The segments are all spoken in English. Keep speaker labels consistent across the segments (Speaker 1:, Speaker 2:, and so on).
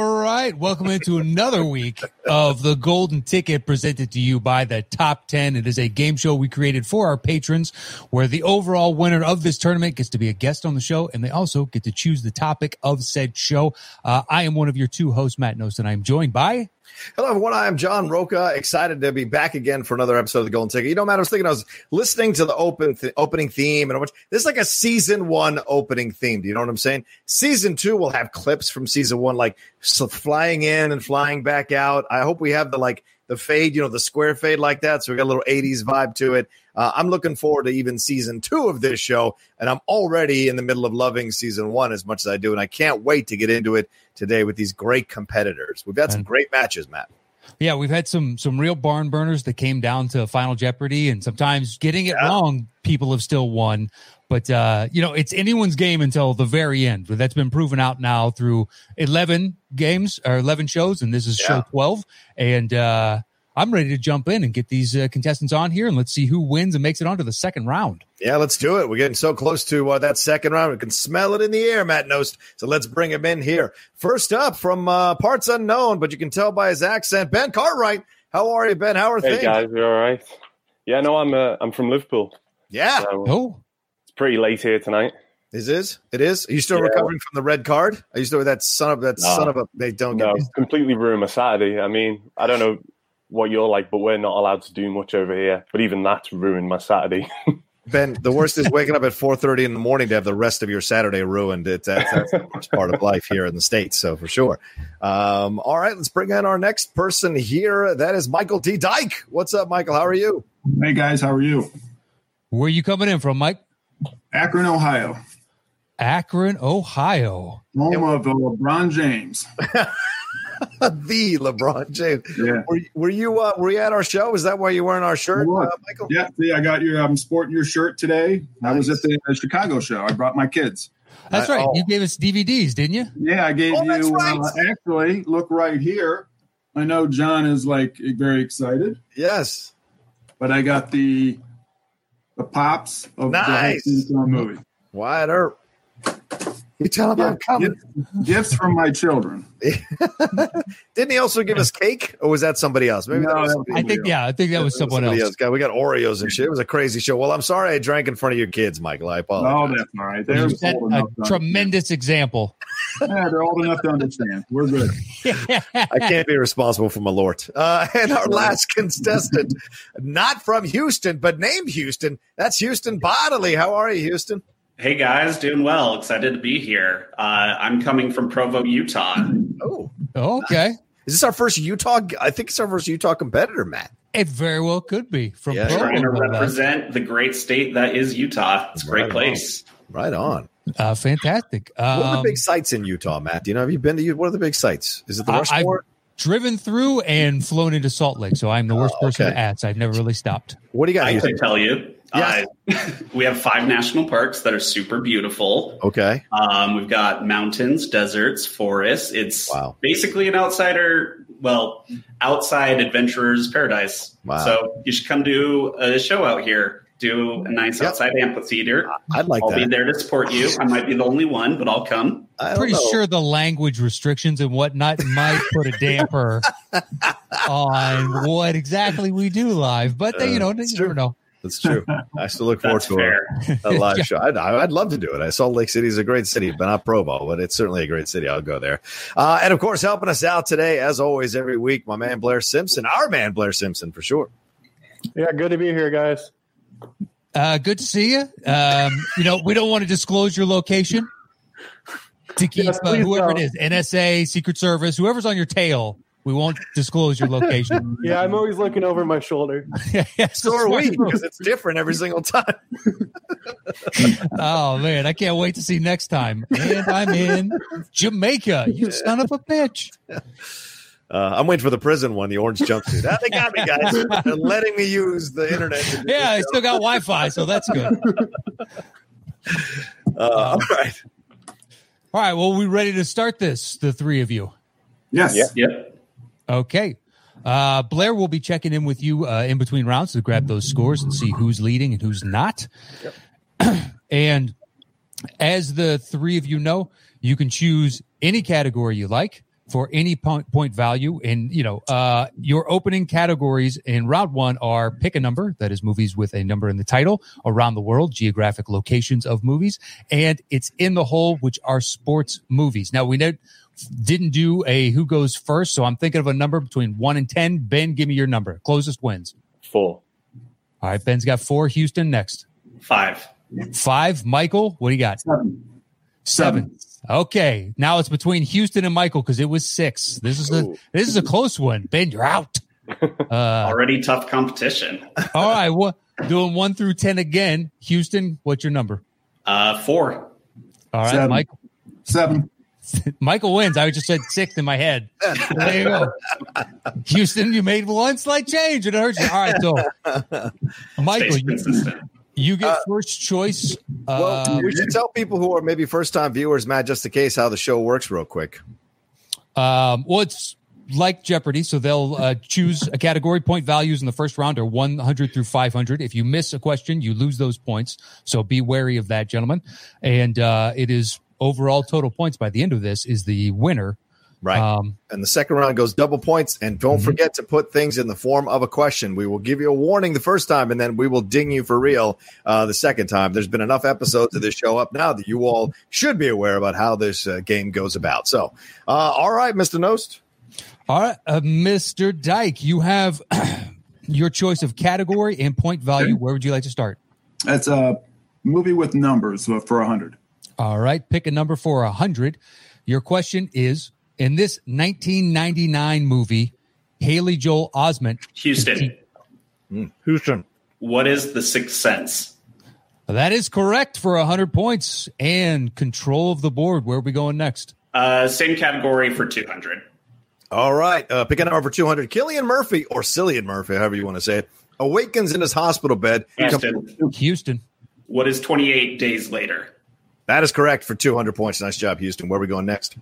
Speaker 1: right. Welcome into another week of the Golden Ticket presented to you by the Top 10. It is a game show we created for our patrons where the overall winner of this tournament gets to be a guest on the show and they also get to choose the topic of said show. Uh, I am one of your two hosts, Matt Nost, and I'm joined by
Speaker 2: Hello, everyone. I'm John Roca. Excited to be back again for another episode of the Golden Ticket. You know, Matt, I was thinking I was listening to the open th- opening theme, and I'm watch- this is like a season one opening theme. Do you know what I'm saying? Season two will have clips from season one, like so flying in and flying back out. I hope we have the like the fade, you know, the square fade like that. So we got a little 80s vibe to it. Uh, I'm looking forward to even season two of this show, and I'm already in the middle of loving season one as much as I do, and I can't wait to get into it today with these great competitors. We've had some great matches, Matt.
Speaker 1: Yeah, we've had some some real barn burners that came down to Final Jeopardy, and sometimes getting it
Speaker 2: Yeah.
Speaker 1: wrong, people have still won. But uh, you know, it's anyone's game until the very end. But that's been proven out now through eleven games or eleven shows, and this is show
Speaker 2: Yeah.
Speaker 1: twelve. And uh, I'm ready to jump in and get these uh, contestants on here, and let's see who wins and makes it onto the second round.
Speaker 2: Yeah, let's do it. We're getting so close to uh, that second round. We can smell it in the air, Matt Nost. So let's bring him in here. First up from uh, parts unknown, but you can tell by his accent, Ben Cartwright. How are you, Ben? How are
Speaker 3: Hey
Speaker 2: things?
Speaker 3: guys, you all right? Yeah, no, I'm uh, I'm from Liverpool,
Speaker 2: Yeah,
Speaker 3: so
Speaker 1: Oh,
Speaker 3: it's pretty late here tonight.
Speaker 2: this is it is. Are you still
Speaker 3: Yeah.
Speaker 2: recovering from the red card? Are you still with that son of that
Speaker 3: No.
Speaker 2: son of a? They don't
Speaker 3: No,
Speaker 2: get me.
Speaker 3: completely ruined my Saturday. I mean, I don't know what you're like, but we're not allowed to do much over here. But even that's ruined my Saturday.
Speaker 2: Ben, the worst is waking up at four thirty in the morning to have the rest of your Saturday ruined. It, that's, that's the worst part of life here in the states, so for sure. Um, all right, let's bring in our next person here. That is Michael T. Dyke. What's up, Michael? How are you?
Speaker 4: Hey guys, how are you?
Speaker 1: where are you coming in from, Mike?
Speaker 4: Akron, Ohio,
Speaker 1: Akron, Ohio.
Speaker 4: home of uh, LeBron James.
Speaker 2: the LeBron James.
Speaker 4: Yeah,
Speaker 2: Were, were you uh, were you at our show? Is that why you wearing our shirt, uh,
Speaker 4: What?
Speaker 2: Michael?
Speaker 4: yeah. See, I got your. I'm sporting your shirt today. I was
Speaker 2: Nice.
Speaker 4: at the uh, Chicago show. I brought my kids.
Speaker 1: That's
Speaker 2: Uh,
Speaker 1: right.
Speaker 2: oh.
Speaker 1: You gave us DVDs, didn't you?
Speaker 4: Yeah, I gave
Speaker 2: Oh, that's
Speaker 4: you.
Speaker 2: right.
Speaker 4: Uh, actually, look right here. I know John is like very excited,
Speaker 2: Yes.
Speaker 4: but I got the the pops of
Speaker 2: Nice.
Speaker 4: the Hanson Stone movie.
Speaker 2: Wyatt Earp. You tell him I'm coming.
Speaker 4: Gifts, gifts from my children.
Speaker 2: Didn't he also give us cake, or was that somebody else? Maybe that
Speaker 4: No,
Speaker 2: was
Speaker 4: that
Speaker 2: somebody
Speaker 1: I think, yeah, I think that was someone
Speaker 2: Somebody
Speaker 1: else.
Speaker 2: else. God, we got Oreos and shit. It was a crazy show. Well, I'm sorry I drank in front of your kids, Michael. I
Speaker 4: Oh,
Speaker 2: apologize.
Speaker 4: that's all right. They're
Speaker 1: You
Speaker 4: old
Speaker 1: set
Speaker 4: enough.
Speaker 1: a
Speaker 4: to-
Speaker 1: tremendous example.
Speaker 4: Yeah, they're old enough to understand. We're good.
Speaker 2: I can't be responsible for my lord. Uh, and our last contestant, not from Houston, but named Houston. That's Houston Bodily. How are you, Houston?
Speaker 5: Hey guys, doing well. Excited to be here. Uh, I'm coming from Provo, Utah.
Speaker 2: Oh,
Speaker 1: okay.
Speaker 2: is this our first Utah? I think it's our first Utah competitor, Matt.
Speaker 1: It very well could be from
Speaker 2: Yeah,
Speaker 1: Provo,
Speaker 5: Trying to
Speaker 1: no less.
Speaker 5: represent the great state that is Utah. It's a great
Speaker 2: Right on.
Speaker 5: place.
Speaker 2: Right on.
Speaker 1: Uh, fantastic.
Speaker 2: What are
Speaker 1: Um,
Speaker 2: the big sites in Utah, Matt? Do you know? Have you been to Utah? What are the big sites? Is it the
Speaker 1: I-
Speaker 2: Rushmore?
Speaker 1: driven through and flown into Salt Lake, so I'm the worst
Speaker 2: Oh,
Speaker 1: person
Speaker 2: okay.
Speaker 1: to ask. I've never really stopped.
Speaker 2: What do you got?
Speaker 5: I
Speaker 2: Houston?
Speaker 5: could tell you.
Speaker 2: Yes.
Speaker 5: Uh, we have five national parks that are super beautiful.
Speaker 2: Okay.
Speaker 5: Um, we've got mountains, deserts, forests. It's
Speaker 2: Wow.
Speaker 5: basically an outsider, well, outside adventurer's paradise.
Speaker 2: Wow.
Speaker 5: So you should come do a show out here. Do a nice
Speaker 2: Yep.
Speaker 5: outside amphitheater.
Speaker 2: I'd like
Speaker 5: I'll be
Speaker 2: that.
Speaker 5: there to support you. I might be the only one, but I'll come.
Speaker 2: I don't
Speaker 1: Pretty
Speaker 2: know.
Speaker 1: sure the language restrictions and whatnot might put a damper on what exactly we do live, but they, you know,
Speaker 2: Uh,
Speaker 1: you
Speaker 2: it's
Speaker 1: never
Speaker 2: true.
Speaker 1: know.
Speaker 2: That's true. I still look forward
Speaker 5: That's
Speaker 2: to it.
Speaker 5: fair.
Speaker 2: a live show. I'd, I'd love to do it. I Salt Lake City is a great city, but not Provo, but it's certainly a great city. I'll go there. Uh, and of course, helping us out today, as always, every week, my man Blair Simpson, our man Blair Simpson for sure.
Speaker 3: yeah, good to be here, guys.
Speaker 1: Uh, good to see you. Um, you know, we don't want to disclose your location to keep
Speaker 3: Yes,
Speaker 1: uh,
Speaker 3: please
Speaker 1: whoever
Speaker 3: don't.
Speaker 1: it is, NSA, Secret Service, whoever's on your tail. We won't disclose your location.
Speaker 3: Yeah, I'm always looking over my shoulder.
Speaker 2: So are we because it's different every single time.
Speaker 1: Oh man, I can't wait to see next time. And I'm in Jamaica. You son of a bitch.
Speaker 2: Uh, I'm waiting for the prison one, the orange jumpsuit. Ah, they got me, guys. They're letting me use the internet. to do
Speaker 1: Yeah, I
Speaker 2: this
Speaker 1: still got Wi-Fi, so that's good.
Speaker 2: show. Uh, all right.
Speaker 1: All right, well, we ready to start this, the three of you.
Speaker 4: Yes.
Speaker 3: Yeah.
Speaker 5: Yep.
Speaker 1: Okay. Uh, Blair will be checking in with you uh, in between rounds to grab those scores and see who's leading and who's not. and as the three of you know, you can choose any category you like for any point, point value. And, you know, uh, your opening categories in round one are pick a number, that is movies with a number in the title, around the world, geographic locations of movies, and it's in the hole, which are sports movies. Now, we know, didn't do a who goes first, so I'm thinking of a number between one and 10. Ben, give me your number. Closest wins.
Speaker 3: Four.
Speaker 1: All right, Ben's got four. Houston next.
Speaker 5: Five.
Speaker 1: Five. Michael, what do you got?
Speaker 4: Seven.
Speaker 1: Seven. Okay, now it's between Houston and Michael because it was six. This is a
Speaker 3: Ooh.
Speaker 1: this is a close one. Ben, you're out. Uh,
Speaker 5: Already tough competition.
Speaker 1: all right, well, doing one through ten again. Houston, what's your number?
Speaker 5: Uh, four.
Speaker 1: All right,
Speaker 4: Seven.
Speaker 1: Michael.
Speaker 4: Seven.
Speaker 1: Michael wins. I just said six in my head. There you go. Houston, you made one slight change and it hurts you. All right, so Michael,
Speaker 5: Stays
Speaker 1: you,
Speaker 5: consistent.
Speaker 1: you get
Speaker 2: Uh,
Speaker 1: first choice.
Speaker 2: Well,
Speaker 1: Uh,
Speaker 2: we should tell people who are maybe first time viewers, Matt, just in case how the show works, real quick.
Speaker 1: Um, well, it's like Jeopardy, so they'll uh, choose a category. Point values in the first round are 100 through 500. If you miss a question, you lose those points. So be wary of that, gentlemen. And uh, it is overall total points by the end of this is the winner.
Speaker 2: Right.
Speaker 1: Um,
Speaker 2: and the second round goes double points. And don't
Speaker 1: Mhm.
Speaker 2: forget to put things in the form of a question. We will give you a warning the first time, and then we will ding you for real uh, the second time. There's been enough episodes of this show up now that you all should be aware about how this uh, game goes about. So, uh, all right, Mr. Nost.
Speaker 1: all right, uh, Mr. Dyke, you have your choice of category and point value. Where would you like to start?
Speaker 4: That's a movie with numbers uh, for a hundred.
Speaker 1: All right, pick a number for 100. Your question is in this 1999 movie, Haley Joel Osment.
Speaker 5: Houston.
Speaker 2: Houston.
Speaker 5: What is the sixth sense?
Speaker 1: That is correct for 100 points and control of the board. Where are we going next?
Speaker 5: Uh, same category for 200.
Speaker 2: All right, uh, pick a number for 200. Killian Murphy, or Cillian Murphy, however you want to say it, awakens in his hospital bed.
Speaker 5: Houston.
Speaker 1: Houston.
Speaker 5: What is 28 days later?
Speaker 2: That is correct for 200 points. Nice job, Houston. Where are we going next?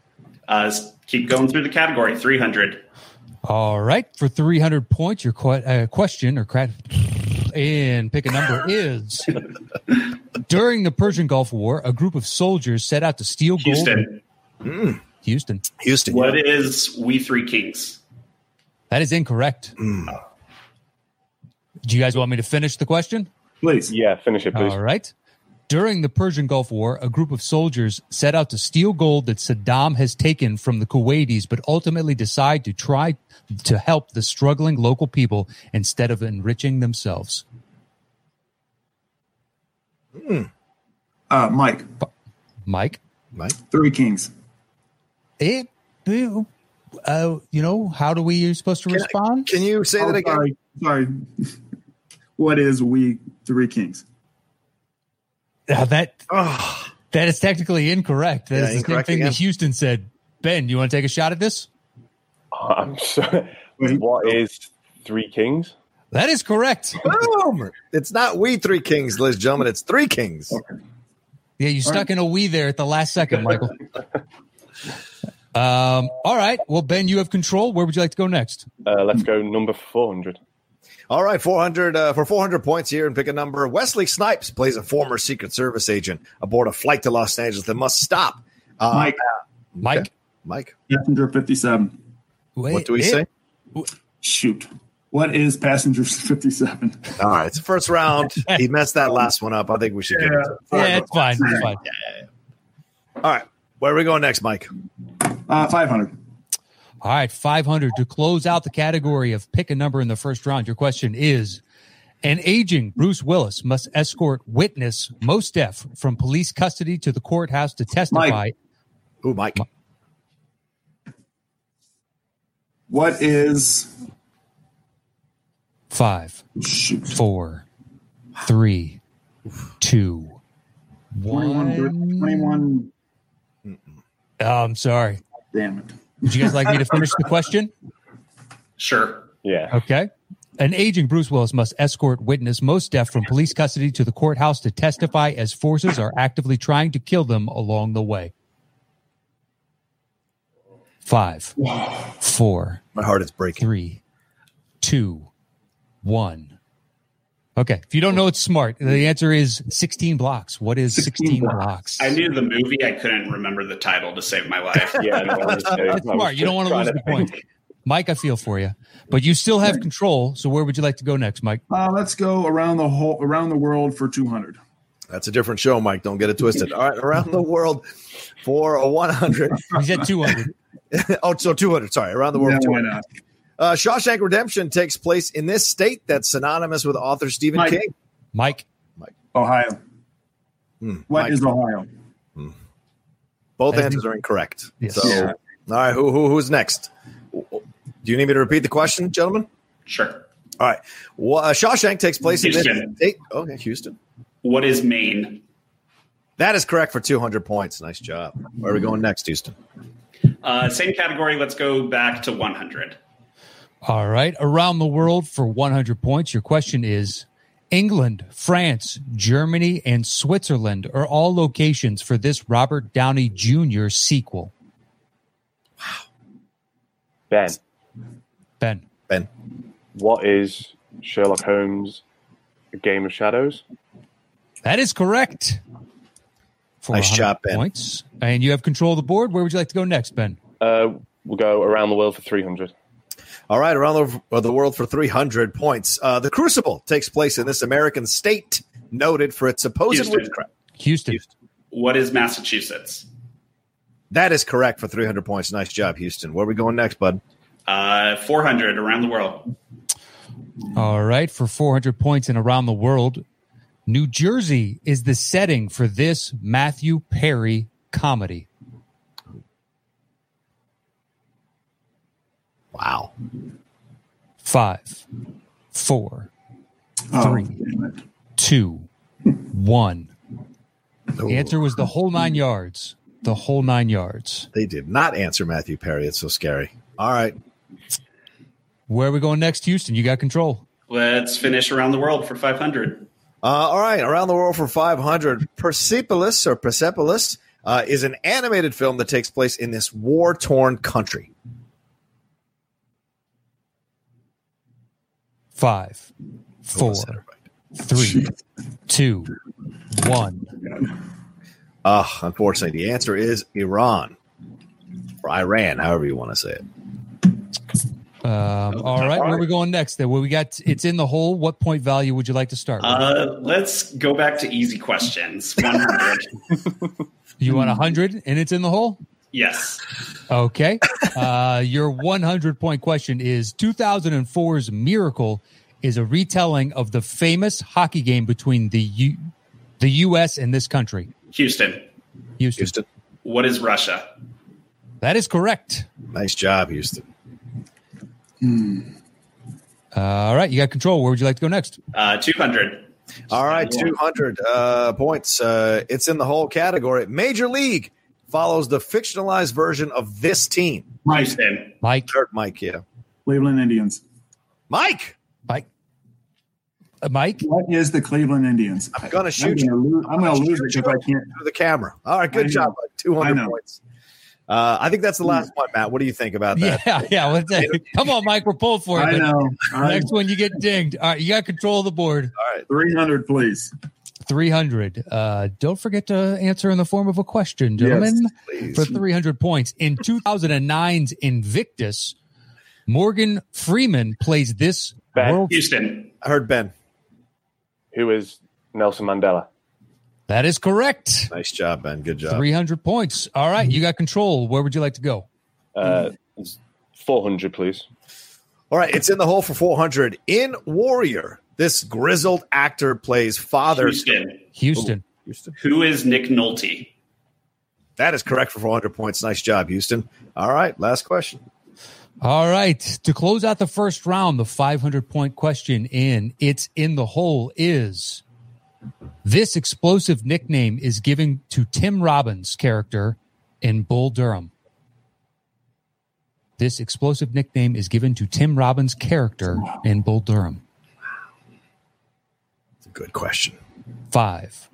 Speaker 5: Uh, s- keep going through the category 300.
Speaker 1: All right, for 300 points, your que- uh, question or cra- and pick a number is during the Persian Gulf War, a group of soldiers set out to steal gold.
Speaker 5: Houston.
Speaker 1: Houston.
Speaker 2: Houston.
Speaker 5: What is We Three Kings?
Speaker 1: That is incorrect. Do you guys want me to finish the question?
Speaker 4: Please.
Speaker 3: Yeah, finish it, please.
Speaker 1: All right. During the Persian Gulf War, a group of soldiers set out to steal gold that Saddam has taken from the Kuwaitis, but ultimately decide to try to help the struggling local people instead of enriching themselves.
Speaker 4: Uh, Mike.
Speaker 1: Mike,
Speaker 2: Mike?
Speaker 4: Three Kings.
Speaker 1: it, uh, you know, how do we you're supposed to respond?
Speaker 2: Can you say
Speaker 4: Oh,
Speaker 2: that again?
Speaker 4: sorry. Sorry. what is we three kings?
Speaker 1: Uh, that
Speaker 2: Ugh.
Speaker 1: that is technically incorrect. That
Speaker 2: Yeah,
Speaker 1: is the
Speaker 2: incorrect
Speaker 1: same thing
Speaker 2: again.
Speaker 1: that Houston said. Ben, you want to take a shot at this?
Speaker 3: I'm so.
Speaker 4: Wait.
Speaker 1: Oh.
Speaker 3: What is Three Kings?
Speaker 1: That is correct.
Speaker 2: Boom! It's not we three kings, ladies and gentlemen. It's three kings.
Speaker 1: Yeah, you stuck in a wee there at the last second, Michael. um, all right. Well, Ben, you have control. Where would you like to go next?
Speaker 3: Uh, let's go number 400.
Speaker 2: All right, four hundred uh, for four hundred points here, and pick a number. Wesley Snipes plays a former Secret Service agent aboard a flight to Los Angeles that must stop. Uh,
Speaker 4: Mike.
Speaker 1: Mike,
Speaker 2: Mike,
Speaker 4: Passenger 57.
Speaker 2: what do we say?
Speaker 4: Shoot. What is passenger 57?
Speaker 2: All right, it's the first round. he messed that last one up. I think we should get it.
Speaker 1: Yeah, it's fine. It's fine.
Speaker 2: All right, where are we going next, Mike?
Speaker 4: Uh, 500.
Speaker 1: All right, 500 to close out the category of pick a number in the first round. Your question is An aging Bruce Willis must escort witness most deaf from police custody to the courthouse to testify.
Speaker 4: Mike.
Speaker 2: Ooh, Mike.
Speaker 4: What is.
Speaker 1: Five,
Speaker 4: Shoot.
Speaker 1: four, three, two,
Speaker 4: 21.
Speaker 1: one.
Speaker 4: 21
Speaker 1: Oh, I'm sorry.
Speaker 4: damn it.
Speaker 1: Would you guys like me to finish the question?
Speaker 5: Sure.
Speaker 3: Yeah.
Speaker 1: Okay. An aging Bruce Willis must escort witness most deaf from police custody to the courthouse to testify as forces are actively trying to kill them along the way. Five, four,
Speaker 2: My heart is breaking.
Speaker 1: three, two, one. Okay. If you don't know, it's smart. The answer is 16 blocks. What is 16,
Speaker 4: 16
Speaker 1: blocks?
Speaker 5: I knew the movie. I couldn't remember the title to save my life.
Speaker 3: Yeah, no, I was- I was
Speaker 1: That's Oh. smart. You don't want to
Speaker 3: trying
Speaker 1: lose the
Speaker 3: think.
Speaker 1: point. Mike, I feel for you, but you still have control. So where would you like to go next, Mike?
Speaker 4: Uh, let's go around the whole around the world for two hundred.
Speaker 2: That's a different show, Mike. Don't get it twisted. All right, around the world for a 100.
Speaker 1: He's at 200.
Speaker 2: Oh, so 200. Sorry, around the world.
Speaker 4: Yeah,
Speaker 2: for 200.
Speaker 4: why not?
Speaker 2: Uh, Shawshank Redemption takes place in this state that's synonymous with author Stephen
Speaker 4: Mike.
Speaker 2: King.
Speaker 1: Mike,
Speaker 4: Ohio.
Speaker 2: Hmm,
Speaker 4: What
Speaker 2: Mike,
Speaker 4: is Ohio?
Speaker 2: both
Speaker 1: I
Speaker 2: answers are incorrect.
Speaker 1: Yes.
Speaker 2: So,
Speaker 4: Yeah.
Speaker 2: all right, who, who who's next? Do you need me to repeat the question, gentlemen?
Speaker 5: Sure.
Speaker 2: All right. Well, uh, Shawshank takes place in
Speaker 5: Houston.
Speaker 2: this state. Okay, Houston.
Speaker 5: What is Maine?
Speaker 2: That is correct for 200 points. Nice job. Where are we going next, Houston?
Speaker 5: Uh, same category. Let's go back to 100.
Speaker 1: All right. Around the world for 100 points. Your question is England, France, Germany, and Switzerland are all locations for this Robert Downey Jr. sequel.
Speaker 3: Ben,
Speaker 1: Ben,
Speaker 2: Ben.
Speaker 3: what is Sherlock Holmes? A Game of Shadows.
Speaker 1: that is correct. For
Speaker 2: Nice
Speaker 1: 100
Speaker 2: job, Ben.
Speaker 1: Points. And you have control of the board. Where would you like to go next, Ben?
Speaker 3: Uh, we'll go around the world for three hundred.
Speaker 2: All right, around the, the world for 300 points. Uh, the Crucible takes place in this American state noted for its supposed
Speaker 5: Houston.
Speaker 2: witchcraft.
Speaker 1: Houston.
Speaker 2: Houston.
Speaker 5: What is Massachusetts?
Speaker 2: That is correct for 300 points. Nice job, Houston. Where are we going next, bud?
Speaker 5: Uh, 400 around the world.
Speaker 1: All right, for 400 points and around the world, New Jersey is the setting for this Matthew Perry comedy.
Speaker 2: Wow.
Speaker 1: Five, four,
Speaker 4: Oh,
Speaker 1: Three.
Speaker 4: damn it.
Speaker 1: two, one.
Speaker 2: Ooh.
Speaker 1: The answer was the whole nine yards. The whole nine yards.
Speaker 2: They did not answer Matthew Perry. It's so scary. All right.
Speaker 1: Where are we going next, Houston? You got control.
Speaker 5: Let's finish around the world for 500.
Speaker 2: Uh, all right. Around the world for 500. Persepolis or Persepolis uh, is an animated film that takes place in this war torn country.
Speaker 1: Five, four,
Speaker 2: Almost said it right.
Speaker 1: three, two, one.
Speaker 2: Uh, unfortunately, the answer is Iran or Iran, however you want to say it.
Speaker 1: Um, all right, where are we going next? Then, where we got? It's in the hole. What point value would you like to start? with?
Speaker 5: Uh, let's go back to easy questions. 100.
Speaker 1: you want hundred, and it's in the hole.
Speaker 5: yes.
Speaker 1: Okay. Uh, your 100 point question is 2004's Miracle is a retelling of the famous hockey game between the U- the U.S. and this country.
Speaker 5: Houston.
Speaker 1: Houston.
Speaker 2: Houston.
Speaker 5: What is Russia?
Speaker 1: That is correct.
Speaker 2: Nice job, Houston.
Speaker 1: all right. You got control. Where would you like to go next?
Speaker 5: Uh, 200.
Speaker 2: All right, 200 uh, points. Uh, it's in the whole category. Major League follows the fictionalized version of this team.
Speaker 4: Mike,
Speaker 5: Houston.
Speaker 1: Mike.
Speaker 2: Kurt, Mike, yeah.
Speaker 4: Cleveland Indians.
Speaker 2: Mike,
Speaker 1: Mike. Uh, Mike.
Speaker 4: What is the Cleveland Indians?
Speaker 2: I'm gonna shoot
Speaker 4: I'm gonna lose, I'm gonna lose it because I can't.
Speaker 2: through the camera. All right,
Speaker 4: I
Speaker 2: good
Speaker 4: know.
Speaker 2: job. Mike.
Speaker 4: I
Speaker 2: 200
Speaker 4: know.
Speaker 2: points. Uh, I think that's the last one, Matt. What do you think about
Speaker 1: Yeah.
Speaker 2: that?
Speaker 1: Yeah. what's that? Come on, Mike. We're pulled for
Speaker 4: I
Speaker 1: it.
Speaker 4: know. All right,
Speaker 1: Next one, you get dinged. All right. You got control of the board.
Speaker 2: All right.
Speaker 4: three hundred, please.
Speaker 1: 300. Uh, don't forget to answer in the form of a question, gentlemen.
Speaker 2: Please.
Speaker 1: for 300 points. In 2009's Invictus, Morgan Freeman plays this
Speaker 3: Ben.
Speaker 1: world.
Speaker 5: Houston.
Speaker 2: I heard Ben.
Speaker 3: Who is Nelson Mandela?
Speaker 1: That is correct.
Speaker 2: Nice job, Ben. Good job.
Speaker 1: 300 points. All
Speaker 4: Mm-hmm.
Speaker 1: right, you got control. Where would you like to go?
Speaker 3: Uh,
Speaker 2: Mm-hmm.
Speaker 3: four hundred, please.
Speaker 2: All right, it's in the hole for 400. In Warrior, this grizzled actor plays father.
Speaker 5: Houston.
Speaker 1: Houston.
Speaker 2: Houston.
Speaker 5: Who is Nick Nolte?
Speaker 2: That is correct for 400 points. Nice job, Houston. All right, last question.
Speaker 1: All right, to close out the first round, the 500 point question in It's in the Hole is this explosive nickname is given to Tim Robbins' character in Bull Durham. This explosive nickname is given to Tim Robbins' character in Bull Durham.
Speaker 2: It's a good question.
Speaker 1: Five,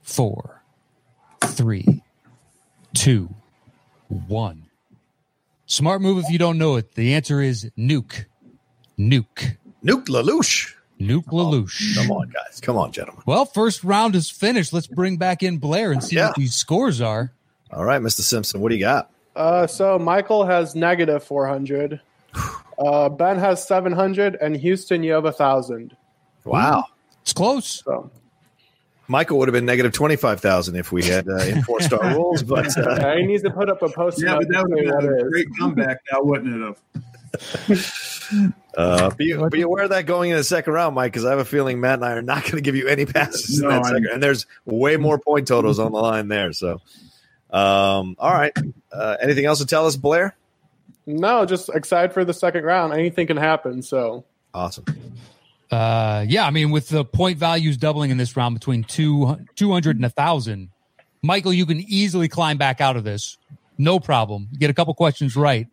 Speaker 1: four, three, two, one. Smart move if you don't know it. The answer is nuke. Nuke.
Speaker 2: Nuke LaLoosh.
Speaker 1: Nuke Lelouch.
Speaker 2: Oh, Come on, guys. Come on, gentlemen.
Speaker 1: Well, first round is finished. Let's bring back in Blair and see
Speaker 2: Yeah.
Speaker 1: what these scores are.
Speaker 2: All right, Mr. Simpson, what do you got?
Speaker 6: Uh, so Michael has negative 400. Uh, ben has 700, and Houston, you have a 1,000.
Speaker 4: Hmm.
Speaker 2: Wow.
Speaker 1: It's close.
Speaker 6: So
Speaker 2: Michael would have been negative 25,000 if we had uh, enforced our rules, but uh,
Speaker 6: uh, he needs to put up a post.
Speaker 4: Yeah, but that would have
Speaker 6: that
Speaker 4: been a
Speaker 6: is.
Speaker 4: great comeback now, wouldn't it have?
Speaker 2: Uh, be, be aware of that going into the second round, Mike, because I have a feeling Matt and I are not going to give you any passes
Speaker 4: No,
Speaker 2: in that
Speaker 4: I-
Speaker 2: second. And there's way more point totals on the line there. So, um, all right. Uh, anything else to tell us, Blair?
Speaker 6: No, just excited for the second round. Anything can happen. So
Speaker 2: Awesome.
Speaker 1: Uh, yeah, I mean, with the point values doubling in this round between two, 200 and 1,000, Michael, you can easily climb back out of this. No problem. Get a couple questions right.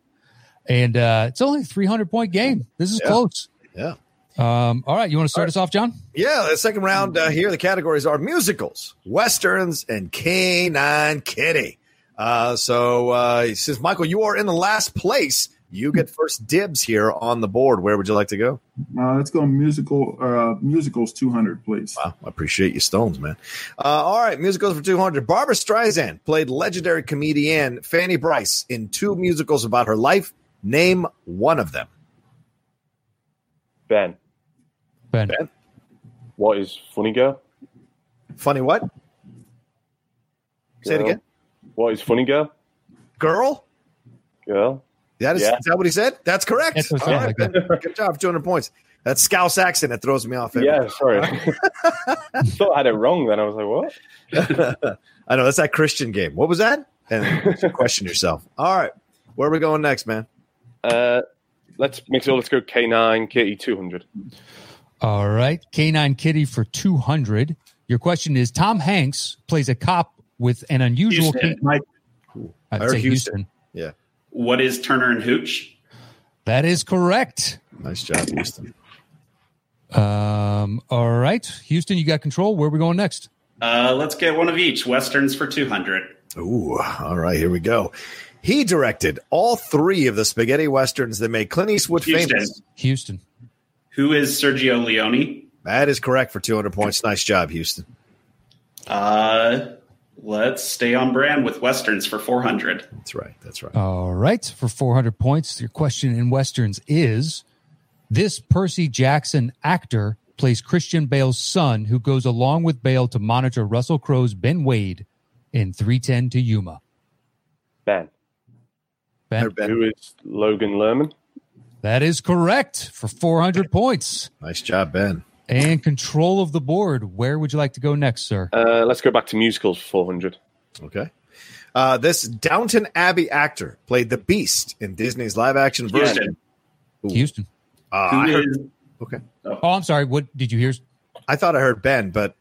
Speaker 1: And uh, it's only a 300 point game. This is
Speaker 2: Yeah.
Speaker 1: close.
Speaker 2: Yeah.
Speaker 1: Um, all right. You want to start us off, John?
Speaker 2: Yeah. The second round uh, here, the categories are musicals, westerns, and canine kitty. Uh, so, uh, since Michael, you are in the last place, you get first dibs here on the board. Where would you like to go?
Speaker 4: Uh, let's go musical uh, musicals 200, please.
Speaker 2: Wow, I appreciate you, Stones, man. Uh, all right, musicals for 200. Barbara Streisand played legendary comedian Fanny Bryce in two musicals about her life. Name one of them.
Speaker 3: Ben,
Speaker 1: Ben.
Speaker 3: what is Funny Girl?
Speaker 2: Funny what? Say it
Speaker 3: Girl.
Speaker 2: again.
Speaker 3: What is Funny Girl?
Speaker 2: Girl?
Speaker 3: Girl.
Speaker 2: That is,
Speaker 3: Yeah.
Speaker 2: is that what he said? That's correct.
Speaker 1: That's what it
Speaker 2: All right,
Speaker 1: sounds like,
Speaker 2: Ben. Good job, 200 points. That Scouse accent that throws me off. every
Speaker 3: Yeah, sorry. Thought I had it wrong. Then I was like, what?
Speaker 2: I know that's that Christian game. What was that? And you question yourself. All right, where are we going next, man?
Speaker 3: Uh, let's make sure. Let's go K nine Kitty two hundred.
Speaker 1: All right. Canine Kitty for 200. Your question is Tom Hanks plays a cop with an unusual.
Speaker 5: Houston.
Speaker 1: ca-
Speaker 4: Mike,
Speaker 1: I'd
Speaker 2: Or
Speaker 1: say
Speaker 2: Houston.
Speaker 1: Houston.
Speaker 5: What is Turner and Hooch?
Speaker 1: That is correct.
Speaker 2: Nice job, Houston.
Speaker 1: Um, all right. Houston, you got control. Where are we going next?
Speaker 5: Uh, let's get one of each. Westerns for 200.
Speaker 2: Ooh, all right, here we go. He directed all three of the spaghetti westerns that made Clint Eastwood
Speaker 5: Houston.
Speaker 2: famous.
Speaker 1: Houston.
Speaker 5: Who is Sergio Leone?
Speaker 2: That is correct for 200 points. Nice job, Houston.
Speaker 5: Uh, let's stay on brand with Westerns for 400.
Speaker 2: That's right. That's right.
Speaker 1: All right. For 400 points, your question in Westerns is this Percy Jackson actor plays Christian Bale's son who goes along with Bale to monitor Russell Crowe's Ben Wade in 310 to Yuma.
Speaker 3: Ben,
Speaker 1: Ben,
Speaker 2: There, Ben.
Speaker 3: who is Logan Lerman?
Speaker 1: that is correct for 400 points
Speaker 2: Nice job, Ben.
Speaker 1: and control of the board. Where would you like to go next, sir?
Speaker 3: Uh, let's go back to musicals for four hundred.
Speaker 2: Okay. Uh, this Downton Abbey actor played the Beast in Disney's live action version.
Speaker 5: Houston.
Speaker 2: Ooh.
Speaker 1: Houston.
Speaker 2: Uh,
Speaker 5: Who
Speaker 2: I, heard-
Speaker 5: is-
Speaker 2: okay.
Speaker 1: Oh, I'm sorry. What did you hear?
Speaker 2: I thought I heard Ben, but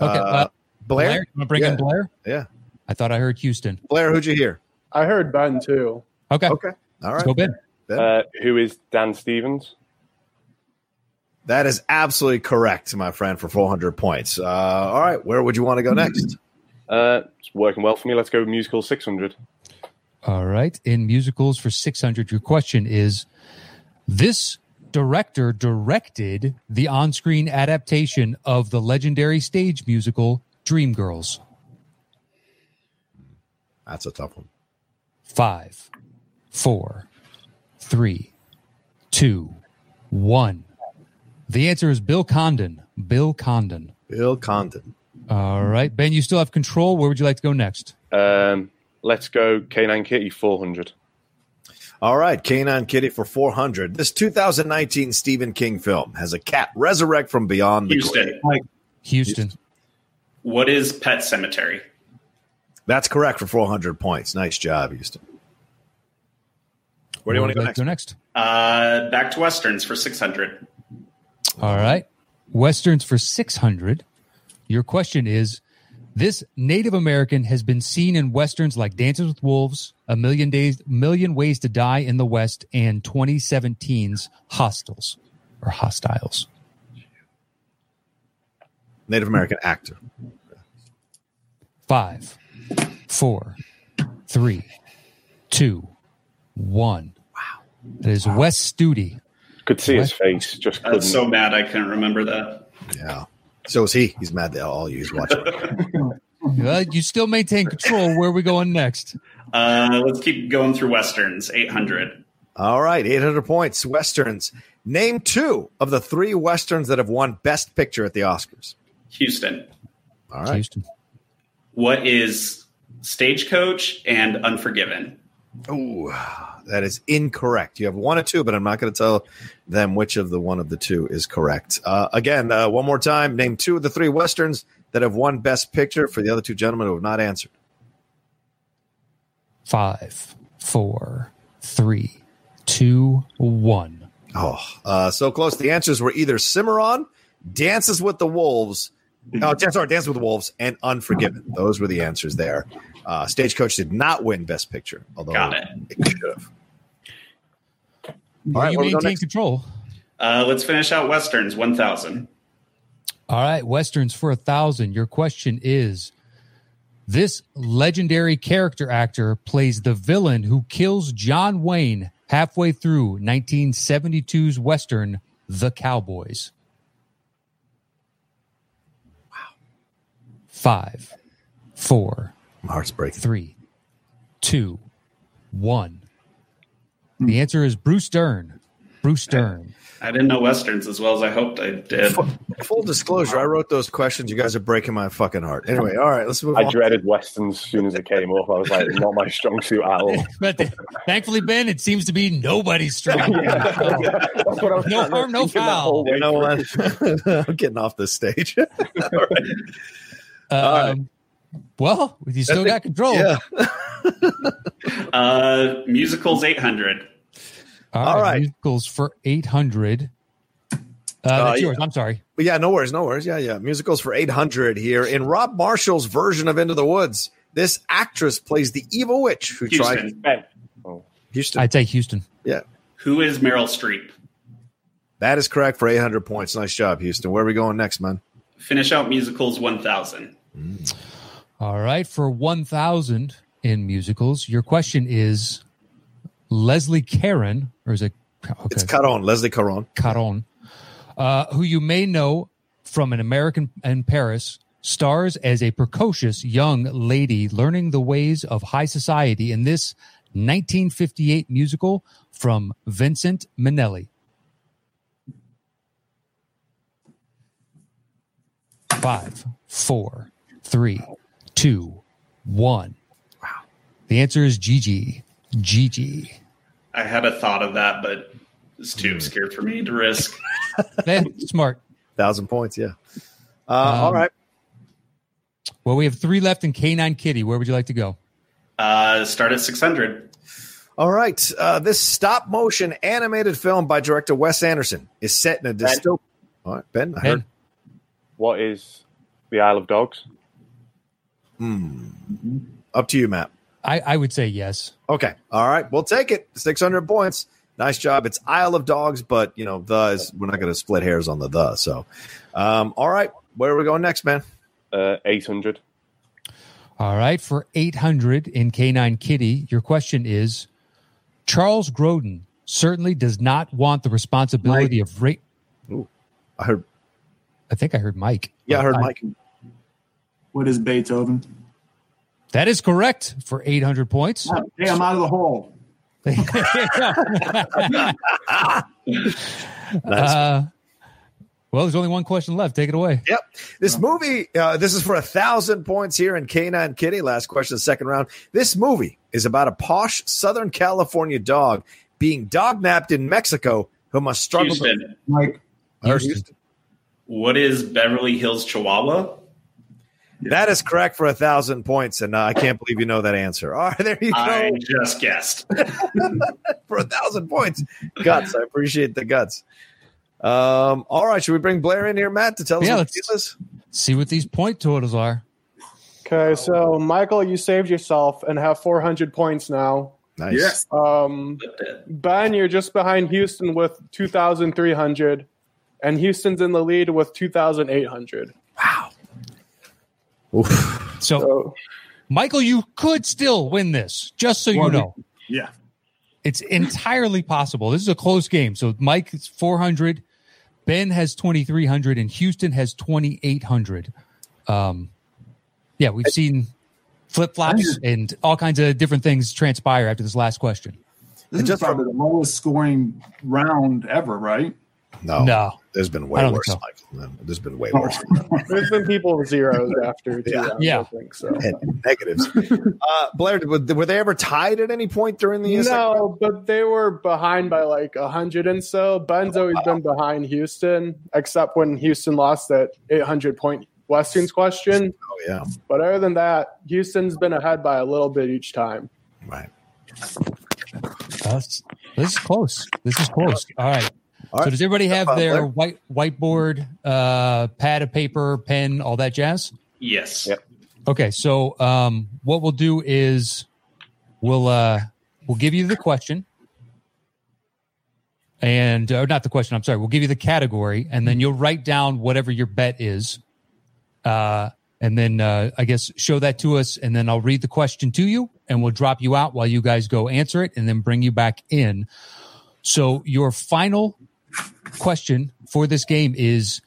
Speaker 2: uh,
Speaker 1: Okay, uh,
Speaker 2: Blair?
Speaker 1: You want to bring
Speaker 2: Yeah.
Speaker 1: in Blair?
Speaker 2: Yeah.
Speaker 1: I thought I heard Houston.
Speaker 2: Blair, who'd you hear?
Speaker 6: I heard Ben too.
Speaker 1: Okay.
Speaker 2: Okay. All
Speaker 1: Let's
Speaker 2: right.
Speaker 1: go, Ben.
Speaker 3: Uh, who is Dan Stevens?
Speaker 2: That is absolutely correct, my friend, for 400 points. Uh, all right. Where would you want to
Speaker 1: Hmm.
Speaker 2: go next?
Speaker 3: Uh, it's working well for me. Let's go musical six hundred.
Speaker 1: All right. In musicals for 600, your question is this director directed the on screen adaptation of the legendary stage musical Dreamgirls.
Speaker 2: That's a tough one.
Speaker 1: Five, four, three, two, one. The answer is Bill Condon. Bill Condon.
Speaker 2: Bill Condon.
Speaker 1: All right. Ben, you still have control. Where would you like to go next?
Speaker 3: Um, let's go K nine Kitty four hundred.
Speaker 2: All right, Canine Kitty for 400. This 2019 Stephen King film has a cat resurrect from beyond the grave.
Speaker 5: Houston.
Speaker 1: Houston.
Speaker 5: What is Pet Cemetery?
Speaker 2: That's correct for 400 points. Nice job, Houston. Where do you want to
Speaker 1: would
Speaker 2: go
Speaker 1: like
Speaker 2: next?
Speaker 1: to go next?
Speaker 5: Uh, back to Westerns for 600.
Speaker 1: All right. Westerns for 600. Your question is this Native American has been seen in Westerns like Dances with Wolves, A Million Days, Million Ways to Die in the West, and 2017's Hostiles or Hostiles.
Speaker 2: Native American actor.
Speaker 1: Five, four, three, two, one. Wow. That is Wes Studi.
Speaker 3: Could see his face. Just
Speaker 5: I'm
Speaker 3: couldn't.
Speaker 5: so mad I couldn't remember that.
Speaker 2: Yeah. So is he. He's mad at all you. He's watching.
Speaker 1: Well, Uh, you still maintain control. Where are we going next?
Speaker 5: Uh, let's keep going through Westerns. 800.
Speaker 2: all right. 800 points. Westerns. Name two of the three Westerns that have won Best Picture at the Oscars.
Speaker 5: Houston.
Speaker 2: All right.
Speaker 1: Houston.
Speaker 5: What is Stagecoach and Unforgiven?
Speaker 2: Ooh, that is incorrect. You have one or two, but I'm not going to tell them which of the one of the two is correct. Uh, again, uh, one more time. Name two of the three Westerns that have won Best Picture for the other two gentlemen who have not answered.
Speaker 1: Five, four, three, two, one.
Speaker 2: Oh, uh, so close. The answers were either Cimarron, Dances with the Wolves, oh, Dan- sorry, Dances with the Wolves, and Unforgiven. Those were the answers there. Uh, Stagecoach did not win Best Picture, although
Speaker 5: Got it.
Speaker 2: should have.
Speaker 1: All
Speaker 2: All
Speaker 1: right,
Speaker 2: right,
Speaker 1: you
Speaker 2: where we go
Speaker 1: maintain
Speaker 2: next?
Speaker 1: control.
Speaker 5: Uh, let's finish out Westerns. 1,000.
Speaker 1: All right, Westerns for a thousand. Your question is this legendary character actor plays the villain who kills John Wayne halfway through 1972's Western, The Cowboys. Wow. Five, four,
Speaker 2: My heart's breaking.
Speaker 1: three, two, one. The answer is Bruce Dern. Bruce Dern.
Speaker 5: I didn't know Westerns as well as I hoped I did.
Speaker 2: Full disclosure, I wrote those questions. You guys are breaking my fucking heart. Anyway, all right, let's move
Speaker 3: I
Speaker 2: on.
Speaker 3: dreaded westerns as soon as it came up. I was like, not my strong suit at all.
Speaker 1: but th- thankfully, Ben, it seems to be nobody's strong.
Speaker 3: That's what I was
Speaker 1: No
Speaker 3: trying to
Speaker 1: harm, no
Speaker 3: think in that
Speaker 1: foul.
Speaker 3: whole way
Speaker 2: You know
Speaker 3: through.
Speaker 2: what? I'm getting off this stage. right.
Speaker 1: Um, Well, you still got control.
Speaker 2: yeah.
Speaker 5: Uh, musicals 800.
Speaker 2: All right.
Speaker 1: Musicals for 800. Uh, that's
Speaker 2: yeah.
Speaker 1: yours. I'm sorry.
Speaker 2: But yeah, no worries, no worries. Yeah, yeah. Musicals for 800 here. In Rob Marshall's version of Into the Woods, this actress plays the evil witch who tried
Speaker 5: Houston.
Speaker 3: Ben,
Speaker 2: Houston.
Speaker 1: I'd say Houston.
Speaker 2: yeah.
Speaker 5: Who is Meryl Streep?
Speaker 2: That is correct for 800 points. Nice job, Houston. Where are we going next, man?
Speaker 5: Finish out musicals 1,000.
Speaker 1: All right. For 1,000 in musicals, your question is Leslie Caron, or is it? Okay.
Speaker 2: It's Caron, Leslie Caron.
Speaker 1: Caron, uh, who you may know from An American in Paris, stars as a precocious young lady learning the ways of high society in this 1958 musical from Vincent Minnelli. Five, four, three, two, one. Wow. The answer is Gigi. Gigi.
Speaker 5: I had a thought of that, but it's too obscure for me to risk.
Speaker 1: Eh, smart.
Speaker 2: 1,000 points, yeah. Uh,
Speaker 1: Um,
Speaker 2: all right.
Speaker 1: Well, we have three left in Canine Kitty. Where would you like to go?
Speaker 5: Uh, start at 600.
Speaker 2: All right. Uh, this stop motion animated film by director Wes Anderson is set in a dystopian. All right, Ben, I heard.
Speaker 1: Ben,
Speaker 3: what is the Isle of Dogs?
Speaker 2: Up to you, Matt.
Speaker 1: I, I would say yes.
Speaker 2: Okay. All right. We'll take it. 600 points. Nice job. It's Isle of Dogs, but, you know, the is, we're not going to split hairs on the the. So, um, all right. Where are we going next, man?
Speaker 3: Uh, 800.
Speaker 1: All right. For 800 in Canine Kitty, your question is Charles Grodin certainly does not want the responsibility of rape.
Speaker 2: I heard.
Speaker 1: I think I heard Mike.
Speaker 2: Yeah, I heard
Speaker 1: Uh,
Speaker 2: Mike.
Speaker 4: What is Beethoven?
Speaker 1: That is correct for 800 points.
Speaker 4: Oh, hey, I'm out of the hole.
Speaker 2: Nice.
Speaker 1: Uh, well, there's only one question left. Take it away.
Speaker 2: Yep. This movie, uh, this is for a thousand points here in Canine Kitty. Last question, second round. This movie is about a posh Southern California dog being dog napped in Mexico who must struggle. to-
Speaker 5: Houston.
Speaker 4: Like,
Speaker 2: Or
Speaker 1: Houston.
Speaker 2: Houston.
Speaker 5: What is Beverly Hills Chihuahua?
Speaker 2: That is correct for a thousand points, and uh, I can't believe you know that answer. All right, there you go.
Speaker 5: I just guessed.
Speaker 2: for a thousand points. Guts. I appreciate the guts. Um, all right, should we bring Blair in here, Matt, to tell us
Speaker 1: Yeah,
Speaker 2: what
Speaker 1: let's-
Speaker 2: he is?
Speaker 1: See what these point totals are.
Speaker 6: Okay, so Michael, you saved yourself and have 400 points now.
Speaker 2: Nice.
Speaker 4: yes.
Speaker 6: Um, ben, you're just behind Houston with 2,300, and Houston's in the lead with 2,800.
Speaker 2: Oof.
Speaker 1: So,
Speaker 6: So
Speaker 1: Michael, you could still win this, just so you
Speaker 4: Well,
Speaker 1: know.
Speaker 4: Yeah.
Speaker 1: It's entirely possible. This is a close game. So Mike is 400, Ben has 2300, and Houston has 2800. Um, yeah, we've seen flip flops and all kinds of different things transpire after this last question.
Speaker 2: And
Speaker 4: This is
Speaker 2: just
Speaker 4: probably the lowest scoring round ever, right?
Speaker 2: No,
Speaker 1: No.
Speaker 2: there's been
Speaker 1: I
Speaker 2: way
Speaker 1: don't
Speaker 2: worse,
Speaker 1: think
Speaker 2: Michael. No, There's been way
Speaker 4: Oh.
Speaker 2: worse.
Speaker 6: There's been people with zeros after two
Speaker 2: Yeah.
Speaker 6: rounds,
Speaker 1: Yeah.
Speaker 6: I think so.
Speaker 2: and negatives. uh, Blair, were were they ever tied at any point during the second round?
Speaker 6: No, but they were behind by like a hundred and so. Ben's always been behind Houston, except when Houston lost that eight hundred point Western's question.
Speaker 2: Oh, yeah,
Speaker 6: But other than that, Houston's been ahead by a little bit each time.
Speaker 2: right.
Speaker 1: That's- Uh, this is close. This is close. All right.
Speaker 2: All right.
Speaker 1: So does everybody have
Speaker 2: Uh,
Speaker 1: their
Speaker 2: Blair?
Speaker 1: white whiteboard, uh, pad of paper, pen, all that jazz?
Speaker 5: Yes.
Speaker 3: Yep.
Speaker 1: Okay, so um, what we'll do is we'll uh, we'll give you the question, and or not the question. I'm sorry. We'll give you the category, and then you'll write down whatever your bet is, uh, and then uh, I guess show that to us, and then I'll read the question to you, and we'll drop you out while you guys go answer it, and then bring you back in. So your final question for this game is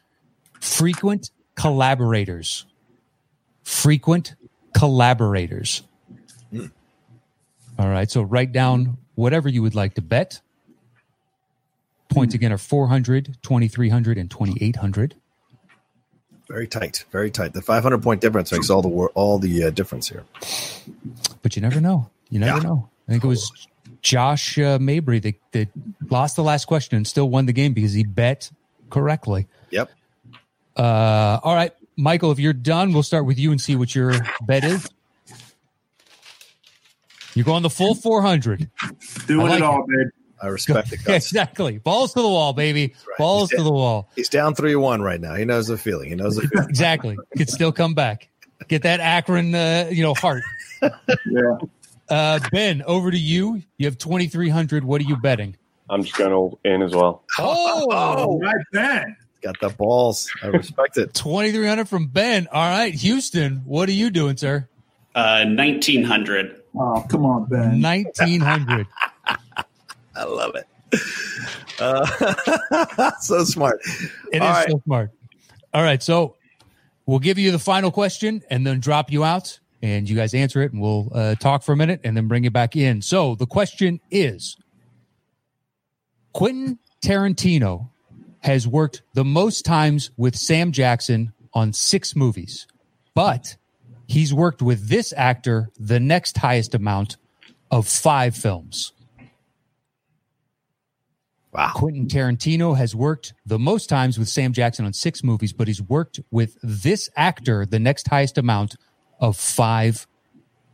Speaker 1: frequent collaborators frequent collaborators. All right, so write down whatever you would like to bet. Points again are 400, 2300, and 2800.
Speaker 2: Very tight, very tight. The 500 point difference makes all the wor- all the uh, difference here.
Speaker 1: But you never know. You never
Speaker 2: Yeah.
Speaker 1: know. I think it was Josh uh, Mabry that, that lost the last question and still won the game because he bet correctly.
Speaker 2: Yep.
Speaker 1: Uh, all right, Michael, if you're done, we'll start with you and see what your bet is. You're going the full 400.
Speaker 4: Doing
Speaker 1: like
Speaker 4: it all, babe.
Speaker 2: I respect the
Speaker 1: Yeah,
Speaker 2: guts.
Speaker 1: exactly. Balls to the wall, baby.
Speaker 2: right.
Speaker 1: Balls to the wall.
Speaker 2: He's down 3 1 right now. He knows the feeling. He knows the feeling.
Speaker 1: Exactly. Could still come back. Get that Akron, uh, you know, heart.
Speaker 4: Yeah.
Speaker 1: Uh, ben, over to you. You have twenty three hundred. What are you betting?
Speaker 3: I'm just going all in as well.
Speaker 1: Oh,
Speaker 4: Right then.
Speaker 2: Got the balls. I respect it.
Speaker 1: 2300 from Ben. All right, Houston. What are you doing, sir?
Speaker 5: Uh, 1900.
Speaker 4: Oh, come on, Ben.
Speaker 1: Nineteen hundred.
Speaker 2: I love it. Uh, so smart.
Speaker 1: It is
Speaker 2: All right.
Speaker 1: so smart. All right, so we'll give you the final question and then drop you out, and you guys answer it, and we'll uh, talk for a minute and then bring you back in. So the question is: Quentin Tarantino has worked the most times with Sam Jackson on six movies, but he's worked with this actor the next highest amount of five films.
Speaker 2: Wow.
Speaker 1: Quentin Tarantino has worked the most times with Sam Jackson on six movies, but he's worked with this actor the next highest amount of five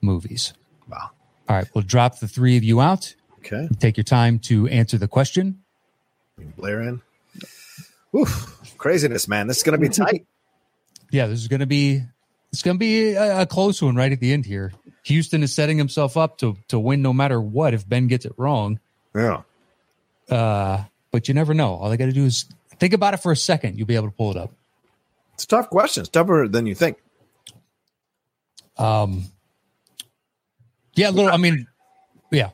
Speaker 1: movies.
Speaker 2: Wow.
Speaker 1: All right, we'll drop the three of you out.
Speaker 2: Okay.
Speaker 1: Take your time to answer the question.
Speaker 2: Blair in. Oof. Craziness, man. This is going to be tight.
Speaker 1: Yeah, this is going to be it's going to be a, a close one right at the end here. Houston is setting himself up to to win no matter what if Ben gets it wrong.
Speaker 2: Yeah.
Speaker 1: Uh, but you never know. All they got to do is think about it for a second. You'll be able to pull it up.
Speaker 2: It's a tough question. It's tougher than you think.
Speaker 1: Um, yeah, a little. I mean, yeah,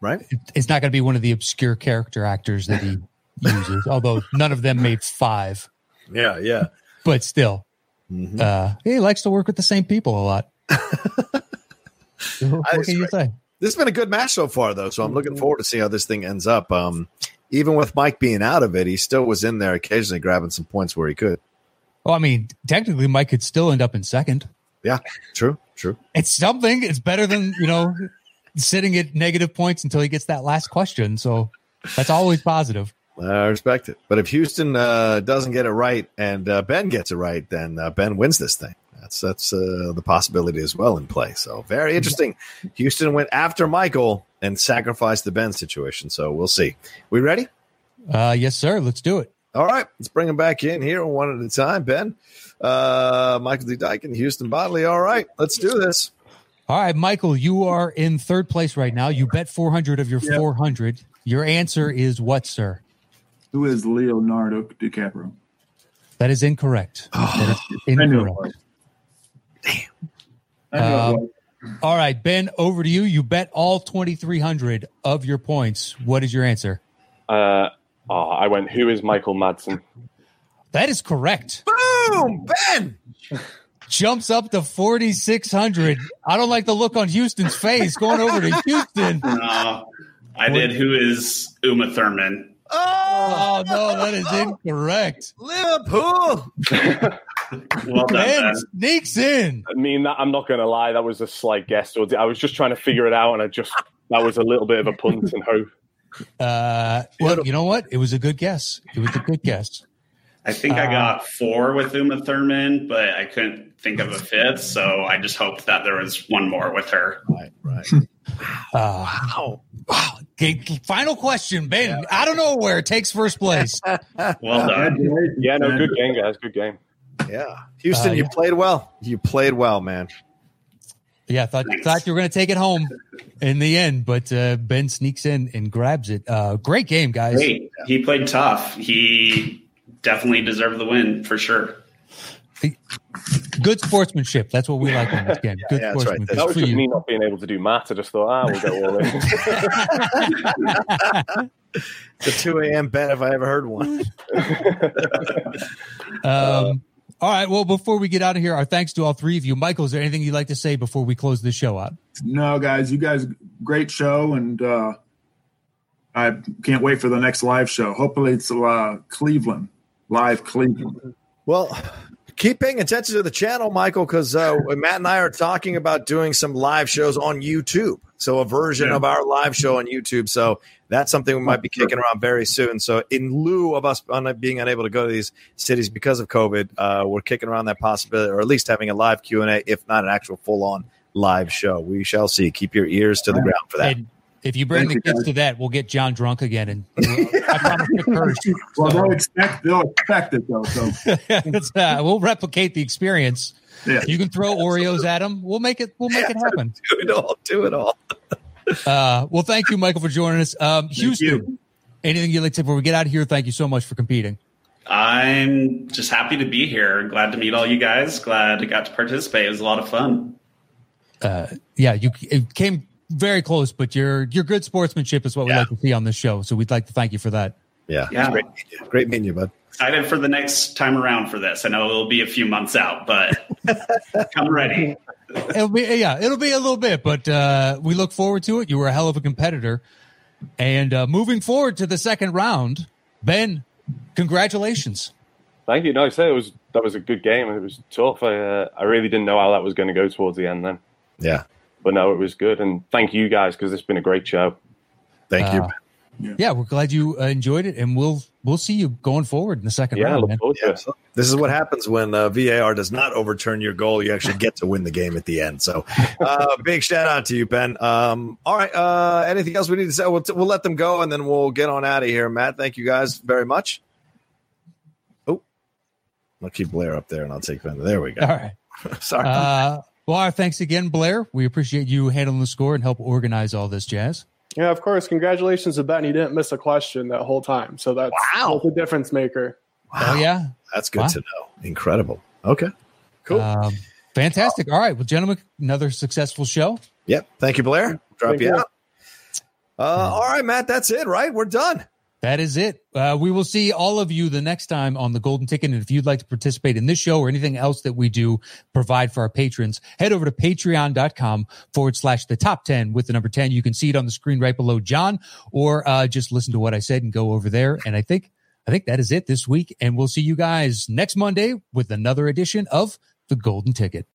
Speaker 2: Right?
Speaker 1: it- it's not going to be one of the obscure character actors that he uses, although none of them made five.
Speaker 2: Yeah. Yeah.
Speaker 1: But still,
Speaker 2: Mhm.
Speaker 1: uh, he likes to work with the same people a lot. what
Speaker 2: I
Speaker 1: can you say?
Speaker 2: This has been a good match so far, though. So I'm looking forward to see how this thing ends up. Um, even with Mike being out of it, he still was in there occasionally grabbing some points where he could.
Speaker 1: Well, I mean, technically, Mike could still end up in second.
Speaker 2: True. True.
Speaker 1: It's something. It's better than you know sitting at negative points until he gets that last question. So that's always positive.
Speaker 2: I respect it. But if Houston uh, doesn't get it right and uh, Ben gets it right, then uh, Ben wins this thing. That's that's uh, the possibility as well in play. So very interesting. Houston went after Michael and sacrificed the Ben situation. So we'll see. We ready?
Speaker 1: Uh, yes, sir. Let's do it.
Speaker 2: All right, let's bring them back in here one at a time. Ben, uh, Michael D. Dyke, and Houston Bodley. All right, let's do this.
Speaker 1: All right, Michael, you are in third place right now. You bet 400 of your 400. Your answer is what, sir?
Speaker 4: Who is Leonardo DiCaprio?
Speaker 1: That is incorrect. That is
Speaker 4: I knew it Uh,
Speaker 1: incorrect.
Speaker 4: was. I knew it
Speaker 1: Um,
Speaker 4: was.
Speaker 1: All right, Ben, over to you. You bet all 2,300 of your points. What is your answer?
Speaker 3: Uh, oh, I went. Who is Michael Madsen?
Speaker 1: That is correct.
Speaker 2: Boom, Ben.
Speaker 1: Jumps up to 4,600. I don't like the look on Houston's face going over to Houston.
Speaker 5: No, Uh, I did. Who is Uma Thurman?
Speaker 1: Oh,
Speaker 2: Oh,
Speaker 1: no, that is incorrect.
Speaker 2: Liverpool.
Speaker 5: Well done,
Speaker 1: Ben sneaks in.
Speaker 3: I mean, that, I'm not going to lie. That was a slight guess. Or I was just trying to figure it out, and I just that was a little bit of a punt and hope.
Speaker 1: Uh, well, you know what? It was a good guess. It was a good guess.
Speaker 5: I think I got four with Uma Thurman, but I couldn't think of a fifth, so I just hoped that there was one more with her.
Speaker 2: Right, right.
Speaker 1: Uh,
Speaker 2: Wow.
Speaker 1: wow. Okay, Final question, Ben. Out of nowhere, takes first place.
Speaker 5: Well done.
Speaker 4: Congratulations,
Speaker 3: Yeah, no,
Speaker 4: man.
Speaker 3: good game, guys. Good game.
Speaker 2: Yeah, Houston,
Speaker 1: Uh,
Speaker 2: you
Speaker 1: yeah.
Speaker 2: played well. You played well, man.
Speaker 1: Yeah, I thought
Speaker 5: Thanks.
Speaker 1: thought you were going to take it home in the end, but uh, Ben sneaks in and grabs it. Uh, great game, guys.
Speaker 5: Hey, he played tough. He definitely deserved the win for sure.
Speaker 1: Good sportsmanship. That's what we like on this game. Good
Speaker 2: yeah, that's right.
Speaker 1: sportsmanship.
Speaker 3: That was
Speaker 1: for
Speaker 3: just
Speaker 1: you.
Speaker 3: me not being able to do math. I just thought, ah, we'll go all in.
Speaker 2: The two a.m. Ben, if I ever heard one.
Speaker 1: Um, all right. Well, before we get out of here, our thanks to all three of you. Michael, is there anything you'd like to say before we close this show out?
Speaker 4: No, guys, you guys, great show, and uh, I can't wait for the next live show. Hopefully, it's uh, Cleveland, live Cleveland.
Speaker 2: Well, keep paying attention to the channel, Michael, because uh, Matt and I are talking about doing some live shows on YouTube. So a version
Speaker 4: Yeah.
Speaker 2: of our live show on YouTube. So that's something we might be kicking around very soon. So in lieu of us un- being unable to go to these cities because of COVID, uh, we're kicking around that possibility, or at least having a live Q and A, if not an actual full on live show. We shall see. Keep your ears to the ground for that.
Speaker 1: And if you bring
Speaker 4: Thank you,
Speaker 1: the kids
Speaker 4: guys.
Speaker 1: to that, we'll get John drunk again. And I promise to curse.
Speaker 4: Well, they'll expect they'll expect it though. So
Speaker 1: It's, uh, we'll replicate the experience.
Speaker 4: yeah,
Speaker 1: You can throw Oreos at them. We'll make it. We'll make it happen.
Speaker 2: Do it all. Do it all.
Speaker 1: Uh, well, thank you, Michael, for joining us. Um, Houston,
Speaker 4: you.
Speaker 1: anything you'd like to say before we get out of here? Thank you so much for competing.
Speaker 5: I'm just happy to be here. Glad to meet all you guys. Glad I got to participate. It was a lot of fun.
Speaker 1: Uh, yeah, you it came very close, but your your good sportsmanship is what we
Speaker 5: Yeah.
Speaker 1: like to see on this show. So we'd like to thank you for that.
Speaker 2: Yeah.
Speaker 5: Yeah.
Speaker 2: Great, meeting you. great meeting you, bud.
Speaker 5: Excited for the next time around for this. I know it'll be a few months out, but come ready.
Speaker 1: It'll be yeah, it'll be a little bit, but uh, we look forward to it. You were a hell of a competitor, and uh, moving forward to the second round, Ben, congratulations.
Speaker 3: Thank you. No, I say it was that was a good game. It was tough. I uh, I really didn't know how that was going to go towards the end then,
Speaker 2: Yeah.
Speaker 3: but no, it was good. And thank you guys because it's been a great show.
Speaker 2: Thank you.
Speaker 1: Uh,
Speaker 4: Yeah.
Speaker 1: Yeah, we're glad you uh, enjoyed it, and we'll we'll see you going forward in the second
Speaker 3: Yeah, I
Speaker 1: round.
Speaker 3: look
Speaker 1: man.
Speaker 3: forward to
Speaker 2: Yeah,
Speaker 3: it.
Speaker 2: so this is what happens when uh, VAR does not overturn your goal. You actually get to win the game at the end. So, uh, big shout out to you, Ben. Um, all right. Uh, anything else we need to say? We'll, we'll let them go and then we'll get on out of here. Matt, thank you guys very much. Oh, I'll keep Blair up there and I'll take Ben. There we
Speaker 1: All
Speaker 2: go.
Speaker 1: right.
Speaker 2: Sorry.
Speaker 1: Uh-huh. Uh, well, our thanks again, Blair. We appreciate you handling the score and help organize all this jazz.
Speaker 6: Yeah, of course. Congratulations to Ben. He didn't miss a question that whole time. So that's,
Speaker 2: Wow.
Speaker 6: that's a difference maker.
Speaker 2: Ah.
Speaker 1: Oh yeah,
Speaker 2: That's good
Speaker 1: Wow.
Speaker 2: to know. Incredible. Okay. Cool.
Speaker 1: Um, fantastic. All right, well, gentlemen, another successful show.
Speaker 2: yep. Thank you, Blair. Drop
Speaker 6: Thank
Speaker 2: you
Speaker 6: you.
Speaker 2: out. Uh, all right, Matt. That's it, right? We're done.
Speaker 1: That is it. Uh, we will see all of you the next time on the Golden Ticket. And if you'd like to participate in this show or anything else that we do provide for our patrons, head over to patreon.com forward slash the top 10 with the number 10. You can see it on the screen right below John, or uh, just listen to what I said and go over there. And I think, I think that is it this week. And we'll see you guys next Monday with another edition of the Golden Ticket.